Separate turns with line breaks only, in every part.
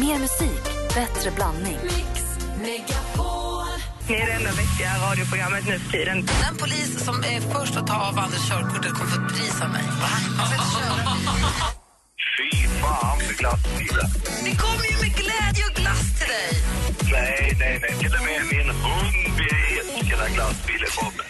Mer musik, bättre blandning.
Ni är det enda vettiga radioprogrammet nu för tiden.
Den polis som är först att ta av Anders körkortet kommer få ett pris av mig.
Fy fan för glassbilar.
Det kommer ju med glädje och glass till dig.
Nej, nej, nej. Till och med min hund blir ilsken när glassbilen kommer.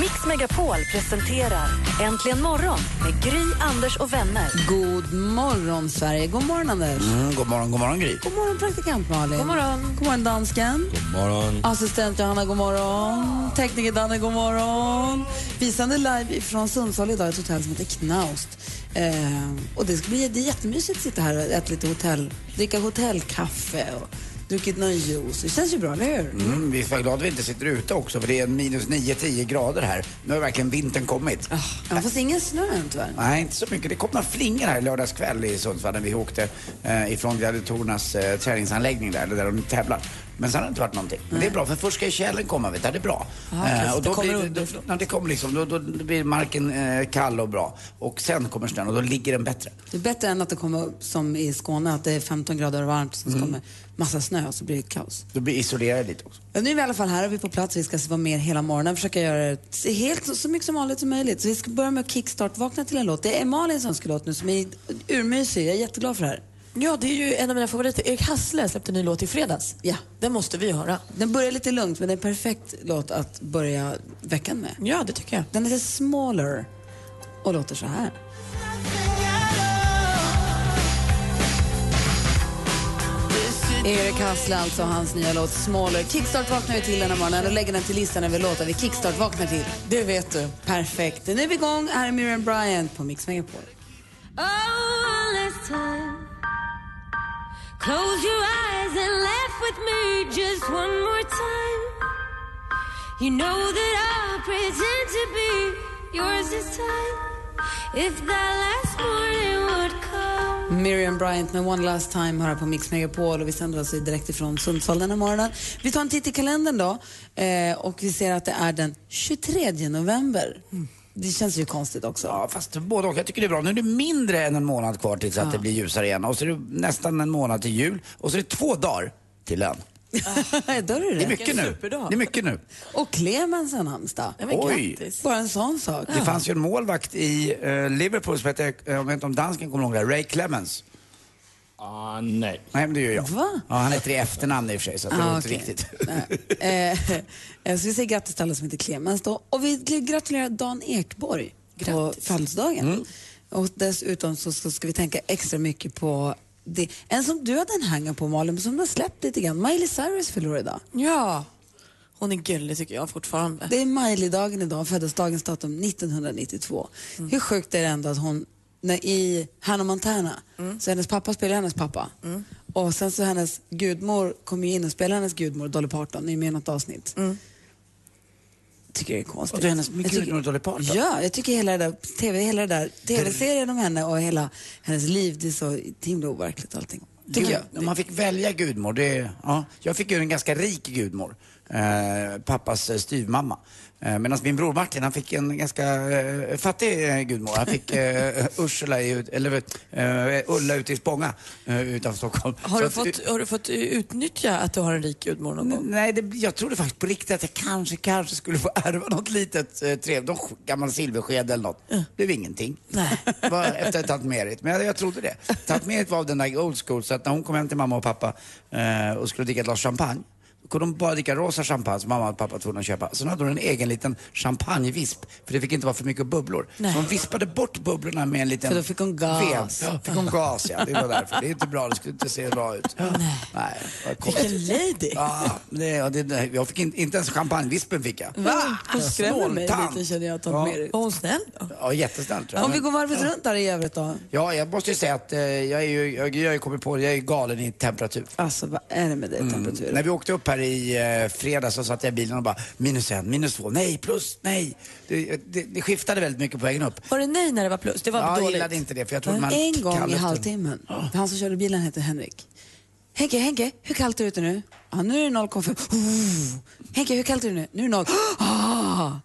Mix Megapol presenterar Äntligen morgon med Gry, Anders och vänner.
God morgon, Sverige. God morgon, Anders.
Mm, god morgon, god morgon Gry.
God morgon, praktikant Malin. God morgon. God morgon, dansken.
God morgon.
Assistent Johanna, god morgon. Tekniker Danne, god morgon. Vi sänder live från Sundsvall idag, ett hotell som heter Knaust. Eh, och det ska bli det är jättemysigt att sitta här och äta lite hotell, dricka hotellkaffe och druckit någon juice. Det känns ju bra, eller hur?
Mm, vi är fan glada att vi inte sitter ute också för det är minus 9-10 grader här. Nu har verkligen vintern kommit.
Ah, Ja, fast ingen snö än tyvärr.
Nej, inte så mycket. Det kom några flingor här lördags kväll i Sundsvall när vi åkte eh, ifrån gladiatorernas eh, träningsanläggning där, eller där de tävlar. Men sen har det inte varit någonting. Men det är bra, för först ska ju tjälen komma, vet du. Det är bra. Eh,
Aha, Ah, okej, så det kommer
blir, det-
underifrån.
ja, det kommer liksom, då, då blir marken eh, kall och bra. Och sen kommer snön och då ligger den bättre.
Det är bättre än att det kommer upp som i Skåne, att det är 15 grader och varmt, sen så kommer massa snö och så blir det kaos.
Då blir isolerad lite också.
Ja, Nu är vi i alla fall här och vi är på plats. Vi ska vara med er hela morgonen och försöka göra det så- helt, så- så mycket som vanligt som möjligt. Så vi ska börja med att kickstart-vakna till en låt. Det är Malins önskelåt nu som är urmysig. Jag är jätteglad för det här.
Ja, det är ju en av mina favoriter. Erik Hassle släppte en ny låt i fredags.
Ja.
Den måste vi höra.
Den börjar lite lugnt men det är en perfekt låt att börja veckan med.
Ja, det tycker jag.
Den heter Smaller och låter så här. Erik Hassle alltså, hans nya låt Smaller. Kickstart vaknar vi till den här morgonen och lägger den till listan över låtar vi kickstart vaknar till.
Det vet du.
Perfekt. Nu är vi igång. Här är Miriam Bryant på Mix Megapol.
Oh, Close your eyes and laugh with me just one more time. You know that I'll pretend to be yours this time. If that last morning would come.
Miriam Bryant med One Last Time hör här på Mix Megapol och vi sänder alltså direkt ifrån Sundsvall den här morgonen. Vi tar en titt i kalendern då eh, och vi ser att det är den 23 november. Det känns ju konstigt också.
Mm. Ja, fast både och. Jag tycker det är bra. Nu är det mindre än en månad kvar tills att det blir ljusare igen. Och så är det nästan en månad till jul. Och så är det två dagar till lön.
Då är
Det är
det rätt.
mycket nu.
superdag.
Det är mycket nu.
Och Clemens har namnsdag.
Ja, men
Oj.
grattis.
Bara en sån sak.
Det fanns ju en målvakt i eh, Liverpool som hette, eh, jag vet inte om dansken kommer ihåg det, här, Ray Clemens.
Ah, nej.
Nej men det gör jag.
Va?
Ja, han heter i efternamn i och för sig så att det
Ah,
var inte
okej.
riktigt.
Nej. Eh, så vi säger grattis till alla som heter Clemens då. Och vi gratulerar Dan Ekborg på födelsedagen. Och dessutom så ska, ska vi tänka extra mycket på det. en som du hade en hänga på Malin, men som du har släppt lite grann. Miley Cyrus förlorade idag.
Ja. Hon är gullig tycker jag fortfarande.
Det är Miley-dagen idag, födelsedagens datum 1992.
Mm.
Hur sjukt är det ändå att hon, när i Hannah Montana,
Mm.
så hennes pappa spelar hennes pappa. Och sen så hennes gudmor kommer ju in och spelar hennes gudmor, Dolly Parton, i med i något avsnitt. Tycker det är konstigt.
Mm. Och det är hennes
Jag tycker-
gudmor Dolly Parton?
Ja, jag tycker hela det där, TV, hela det där tv-serien om henne och hela hennes liv, det är så himla overkligt allting. Tycker jag.
Om man fick välja gudmor, det, ja. Jag fick ju en ganska rik gudmor. Eh, pappas eh, styvmamma. Eh, Medan min bror Martin, han fick en ganska eh, fattig eh, gudmor. Han fick eh, Ursula, i, eller eh, Ulla ute i Spånga eh, utanför Stockholm.
Har du,
Så att- Mm.
fått, har du fått eh, utnyttja att du har en rik gudmor någon gång?
Nej, det, jag trodde faktiskt på riktigt att jag kanske, kanske skulle få ärva något litet eh, trevligt, någon sk- gammal silversked eller något. Det blev ingenting.
Nej.
Det var efter tantmerit, men jag, jag trodde det. Tantmerit var av den där old school, så att när hon kom hem till mamma och pappa eh, och skulle dricka ett glas champagne, då kunde de bara dricka rosa champagne som mamma och pappa var tvungna att köpa. Sen hade hon en egen liten champagnevisp, för det fick inte vara för mycket bubblor.
Nej.
Så hon vispade bort bubblorna med en liten
För då fick hon gas.
vev. Ja, fick hon gas, ja. Det var därför. Det är inte bra, det skulle inte se bra ut. Nej. Nej vad konstigt.
Vilken lady.
Ja, men det, Ah, ja, det, det, jag fick in, inte ens champagnevispen fick jag.
Va? Hon skrämmer mig
Snåltant.
lite känner jag,
Mm. Ja.
Tom Merritt.
Var hon snäll då?
Ja, jättesnällt tror jag.
Om vi
Men-
går varvet runt där i övrigt då.
Ja, jag måste ju säga att eh, jag, är ju, jag, jag har ju kommit på det, jag är ju galen i temperatur.
Alltså vad är det med dig
Mm.
temperaturen?
När vi åkte upp här i eh, fredags så satt jag i bilen och bara minus en, minus två, nej, plus, nej. Det, det, det skiftade väldigt mycket på vägen upp.
Var det nej när det var plus? Det var
Ja, jag
dåligt.
gillade inte det för jag trodde man
en gång
kan
i
luften.
halvtimmen. Han som körde bilen hette Henrik. Henke, Henke, hur kallt är det ute nu? Ja, nu är det 0,5. Oh. Henke, hur kallt är det nu? Nu är det 0. Ah. Hur-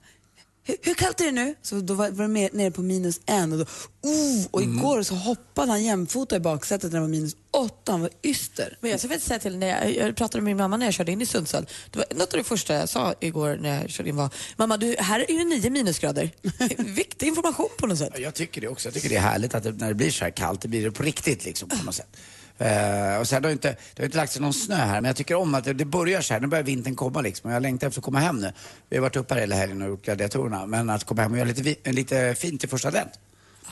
hur, hur kallt är det nu? Så då var, var det mer, nere på minus en. Och, då, oh, och igår så hoppade han jämfota i baksätet när det var minus åtta. Han var yster.
Men jag ska faktiskt säga till, när jag, jag pratade med min mamma när jag körde in i Sundsvall. Det var något av det första jag sa igår när jag körde in var, mamma du, här är det nio minusgrader. Viktig information på något sätt.
Ja, Jag tycker det också. Jag tycker det är härligt att det, när det blir så här kallt, det blir det på riktigt liksom på något sätt. Eh, och sen, det, har inte, det har inte lagt sig någon snö här, men jag tycker om att det, det börjar så här. Nu börjar vintern komma liksom. Och Jag längtar efter att komma hem nu. Vi har varit uppe här hela helgen och gjort gladiatorerna. Men att komma hem och göra lite, vi- lite fint till första advent.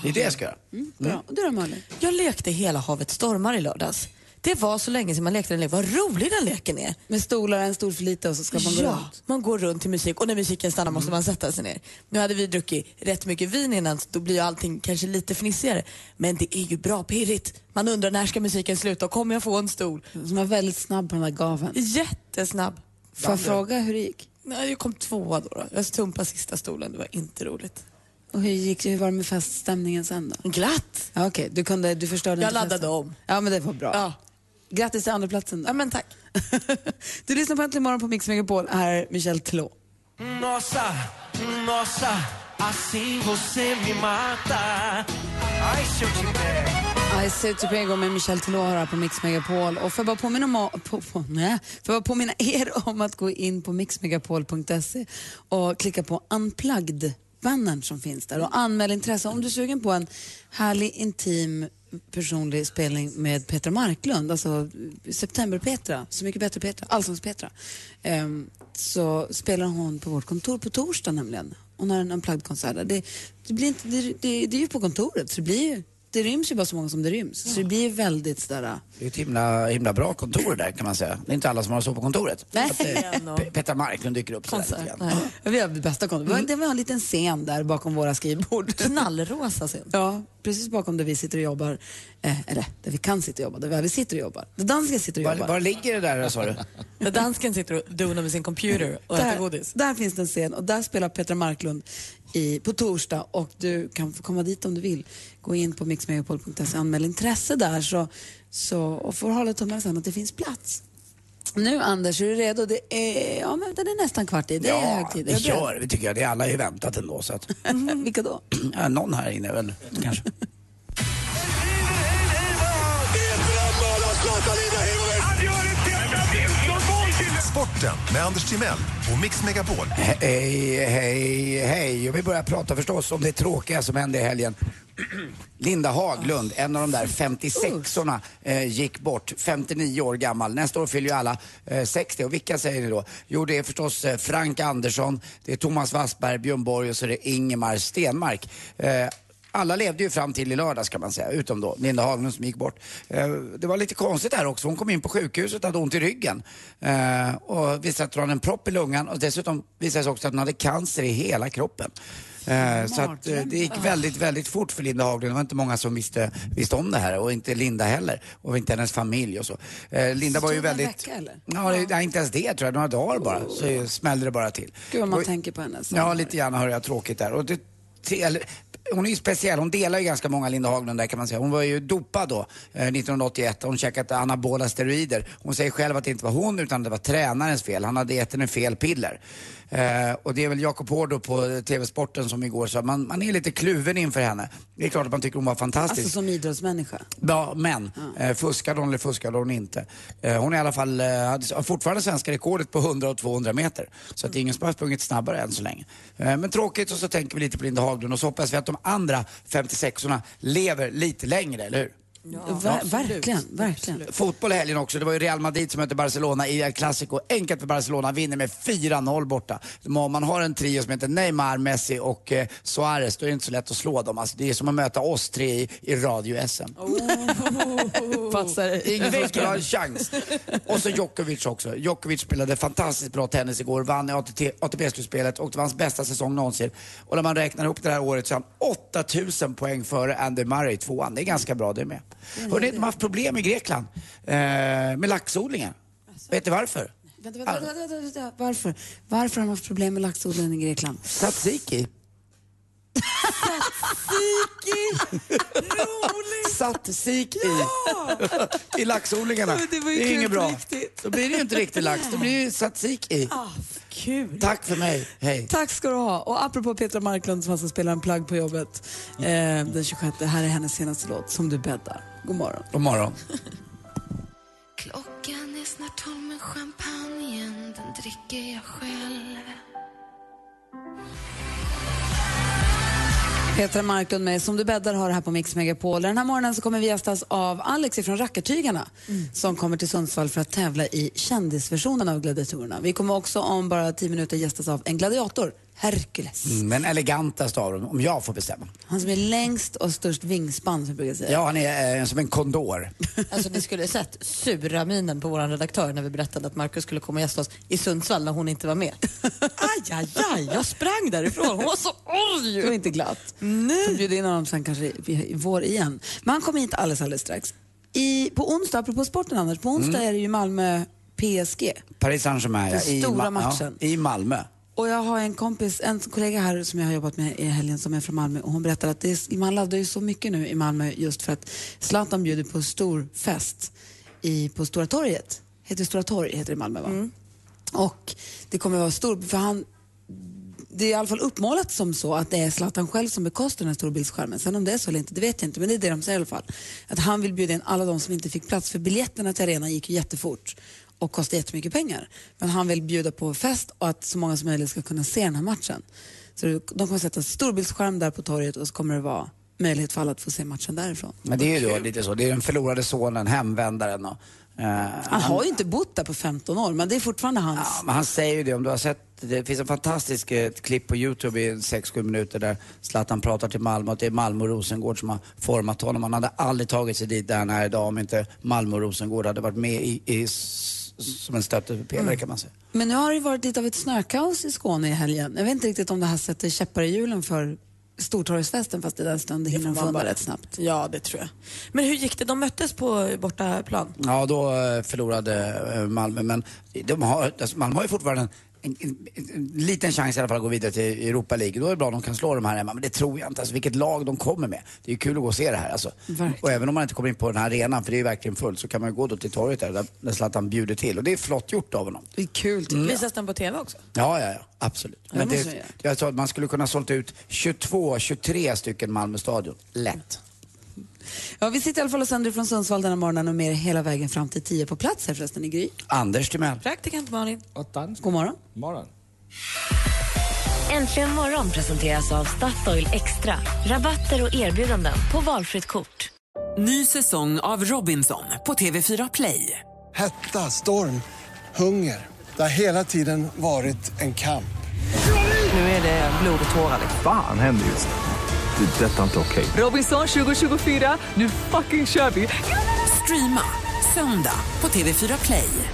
Det är det jag ska göra.
Bra. Och du då Malin?
Jag lekte Hela havet stormar i lördags. Det var så länge sedan man lekte den leken. Vad rolig den leken är.
Med stolar, en stol för lite och så ska man gå
ja,
runt.
man går runt till musik och när musiken stannar måste man sätta sig ner. Nu hade vi druckit rätt mycket vin innan så då blir ju allting kanske lite fnissigare. Men det är ju bra pirrigt. Man undrar när ska musiken sluta och kommer jag få en stol?
Som var väldigt snabb på den där gaveln.
Jättesnabb.
Får jag fråga hur det gick?
Nej, jag kom tvåa då. då. Jag stumpade sista stolen, det var inte roligt.
Och hur, gick, hur var det med feststämningen sen då?
Glatt!
Ja, Okej, du, kunde, du förstörde
Jag
inte
laddade
festen.
om.
Ja, men det var bra.
Ja.
Grattis till andraplatsen då.
Ja, men tack.
du lyssnar på Äntligen morgon på Mix Megapol. Här är Michel Telå.
Nossa, nossa, assim você me mata. Ai, se eu te der.
I say to pay med Michel Telå här på Mix Megapol. Och får jag bara påminna, om, å- på, på, nej, får jag bara påminna er om att gå in på mixmegapol.se och klicka på unplugged bannern som finns där och anmäl intresse om du är sugen på en härlig, intim, personlig spelning med Petra Marklund, alltså September-Petra, Så mycket bättre Petra, Allsångs-Petra. Ehm, så spelar hon på vårt kontor på torsdag nämligen. Hon har en unplugged-konsert där. Det, det, blir inte, det, det, det är ju på kontoret, så det blir ju det ryms ju bara så många som det ryms. Så äh, det blir ju väldigt sådär...
Det är ett himla, himla bra kontor där kan man säga. Det är inte alla som har så på kontoret.
Nej.
Att, eh, Pe- Petra Marklund dyker upp sådär lite grann.
Vi har det bästa kontot. Mm. Vi har en liten scen där bakom våra skrivbord.
Knallrosa scen.
Ja, precis bakom där vi sitter och jobbar. Eh, eller där vi kan sitta och jobba, där vi aldrig sitter och jobbar. Där dansken sitter och
Var,
jobbar.
var ligger det där sa du?
När dansken sitter och donar med sin computer och äter
där,
godis.
där finns det en scen och där spelar Petra Marklund i, på torsdag och du kan få komma dit om du vill. Gå in på mixmegapol.se och anmäl intresse där så, så, och får hålla tummarna sen att det finns plats. Nu Anders, är du redo? Det är, ja, men det är nästan kvart i, det är
Ja,
högtid. Är
vi
du beredd?
kör. Vi tycker jag. Det är alla har ju väntat ändå så att...
Vilka då?
Ja, någon här inne väl, kanske.
Han gör ett jävla vinstmål till
Sporten med Anders Timell och Mix Megapol.
Hej, hej, hej. Och vi börjar prata förstås om det tråkiga som hände i helgen. Linda Haglund, en av de där 56orna, eh, gick bort. 59 år gammal. Nästa år fyller ju alla eh, 60. Och vilka säger ni då? Jo, det är förstås eh, Frank Andersson, det är Thomas Wassberg, Björn Borg och så är det Ingemar Stenmark. Eh, alla levde ju fram till i lördags kan man säga, utom då Linda Haglund som gick bort. Eh, Det var lite konstigt här också, hon kom in på sjukhuset och hade ont i ryggen. Eh, Och visade att hon hade en propp i lungan och dessutom visade det sig också att hon hade cancer i hela kroppen. Eh, Så att eh, det gick väldigt, väldigt fort för Linda Haglund. Det var inte många som visste, visste om det här och inte Linda heller och inte hennes familj och så. Eh, Linda var ju
Stod det en
väldigt...
vecka, eller?
Ja, det, nej, inte ens det tror jag. Några dagar bara så smällde det bara till.
Gud vad man
Och-
tänker på henne. så.
Ja, lite grann har jag tråkigt där. Och det, tre, eller, hon är ju speciell, hon delar ju ganska många Linda Haglund där kan man säga. Hon var ju dopad då, eh, 1981. Hon käkat anabola steroider. Hon säger själv att det inte var hon utan det var tränarens fel. Han hade gett henne fel piller. Eh, och det är väl Jakob Hård på eh, TV-sporten som igår sa, man, man är lite kluven inför henne. Det är klart att man tycker hon var fantastisk.
Alltså som idrottsmänniska.
Ja, men eh, fuskade hon eller fuskade hon inte? Eh, hon är i alla fall, eh, hade- har fortfarande svenska rekordet på 100 och 200 meter. Så att det är ingen som har sprungit snabbare än så länge. Eh, men tråkigt och så tänker vi lite på Linda Haglund och så hoppas vi att de andra 56orna lever lite längre, eller hur?
Ver- verkligen, verkligen.
Fotboll i helgen också. Det var ju Real Madrid som mötte Barcelona i El Clasico. Enkelt för Barcelona, vinner med 4-0 borta. Om man har en trio som heter Neymar, Messi och eh, Suarez, då är det inte så lätt att slå dem. Alltså, det är som att möta oss tre i, i radio-SM.
Passar
Ingen som skulle ha en chans. Och så Djokovic också. Djokovic spelade fantastiskt bra tennis igår, vann i ATT ATP-slutspelet och det var hans bästa säsong någonsin. Och när man räknar ihop det här året så har han 8000 poäng före Andy Murray, tvåan. Det är ganska bra det med. Hörrni, de har haft problem i Grekland eh, med laxodlingen. Vet du varför?
Vänta, vänta, vänta, vänta, vänta. Varför? Varför har de haft problem med laxodlingen i Grekland?
Tzatziki. Tzatziki! I laxodlingarna.
Men det var ju
är
kul
inget
på
bra.
riktigt.
Då blir det ju inte riktig lax, då blir det ju tzatziki.
Kul.
Tack för mig. Hej.
Tack ska du ha. Och apropå Petra Marklund som alltså spelar en plagg på jobbet eh,
Mm.
den 26. Här är hennes senaste låt, Som du bäddar. God morgon.
God morgon.
Klockan är snart tolv men champagnen den dricker jag själv
Petra Marklund med Som du bäddar har det här på Mix Megapol. Den här morgonen så kommer vi gästas av Alex från Rackartygarna
Mm.
som kommer till Sundsvall för att tävla i kändisversionen av Gladiatorerna. Vi kommer också om bara tio minuter gästas av en gladiator, Hercules.
Mm, Den elegantaste av dem, om jag får bestämma.
Han som är längst och störst vingspann som vi brukar säga.
Ja, han är eh, som en kondor.
Alltså ni skulle sett sura minen på vår redaktör när vi berättade att Markus skulle komma och gästa oss i Sundsvall när hon inte var med. Aj, aj, aj, jag sprang därifrån. Hon var så arg.
Det var inte glatt. Så bjuder in honom sen kanske i, i vår igen. Men han kommer hit alldeles, alldeles strax. I, på onsdag, apropå sporten Anders, på onsdag
Mm.
är det ju Malmö PSG.
Paris Saint-Germain,
Den
ja, i
stora
Ma-
matchen.
Ja, I Malmö.
Och jag har en kompis, en kollega här som jag har jobbat med i helgen som är från Malmö och hon berättar att det är, man laddar ju så mycket nu i Malmö just för att Zlatan bjuder på stor fest i, på Stora torget. Heter det Stora torg heter det i Malmö va?
Mm.
Och det kommer vara stor, för han det är i alla fall uppmålat som så att det är Zlatan själv som bekostar den här storbildsskärmen. Sen om det är så eller inte, det vet jag inte, men det är det de säger i alla fall. Att han vill bjuda in alla de som inte fick plats, för biljetterna till arenan gick ju jättefort och kostade jättemycket pengar. Men han vill bjuda på fest och att så många som möjligt ska kunna se den här matchen. Så de kommer sätta storbildsskärm där på torget och så kommer det vara möjlighet för alla att få se matchen därifrån.
Men det är ju då lite så, det är den förlorade sonen, hemvändaren och... eh,
Han har ju inte bott där på 15 år, men det är fortfarande hans...
Ja, men han säger ju det, om du har sett, det finns en fantastisk eh, ett klipp på Youtube i 6-7 minuter där Zlatan pratar till Malmö och det är Malmö och Rosengård som har format honom. Han hade aldrig tagit sig dit där han är idag om inte Malmö och Rosengård hade varit med i, i, s- som en stöttepelare kan man säga.
Men nu har det ju varit lite av ett snökaos i Skåne i helgen. Jag vet inte riktigt om det här sätter käppar i hjulen för Stortorgsfesten fast i den stund det hinner de få undan rätt snabbt.
Ja, det tror jag. Men hur gick det? De möttes på bortaplan.
Ja, då eh, förlorade eh, Malmö. Men de har, alltså Malmö har ju fortfarande en, en, en, en liten chans i alla fall att gå vidare till Europa League. Då är det bra om de kan slå de här hemma. Men det tror jag inte. Alltså, vilket lag de kommer med. Det är ju kul att gå och se det här. Alltså.
Verkligen.
Och även om man inte kommer in på den här arenan, för det är ju verkligen fullt, så kan man ju gå då till torget där, där- där Zlatan bjuder till. Och det är flott gjort av honom.
Det är kul tycker jag.
Mm. Visas den på TV också?
Ja, ja, ja. Absolut.
det
Men
måste man
det,
göra.
jag sa att man skulle kunna sålt ut 22, 23 stycken Malmö Stadion. Lätt.
Ja, vi sitter i alla fall och sänder från Sundsvall den här morgonen och med er hela vägen fram till 10 på plats här förresten i Gry.
Anders Timell.
Praktikant Malin.
Och dansk.
God morgon.
Morgon.
Äntligen morgon presenteras av Statoil Extra. Rabatter och erbjudanden på valfritt kort.
Ny säsong av Robinson på TV4 Play.
Hetta, storm, hunger. Det har hela tiden varit en kamp.
Nu är det blod och tårar.
Fan händer just nu. Det. är Detta är inte okej.
Robinson 2024, nu fucking kör vi! Streama söndag på TV4 Play.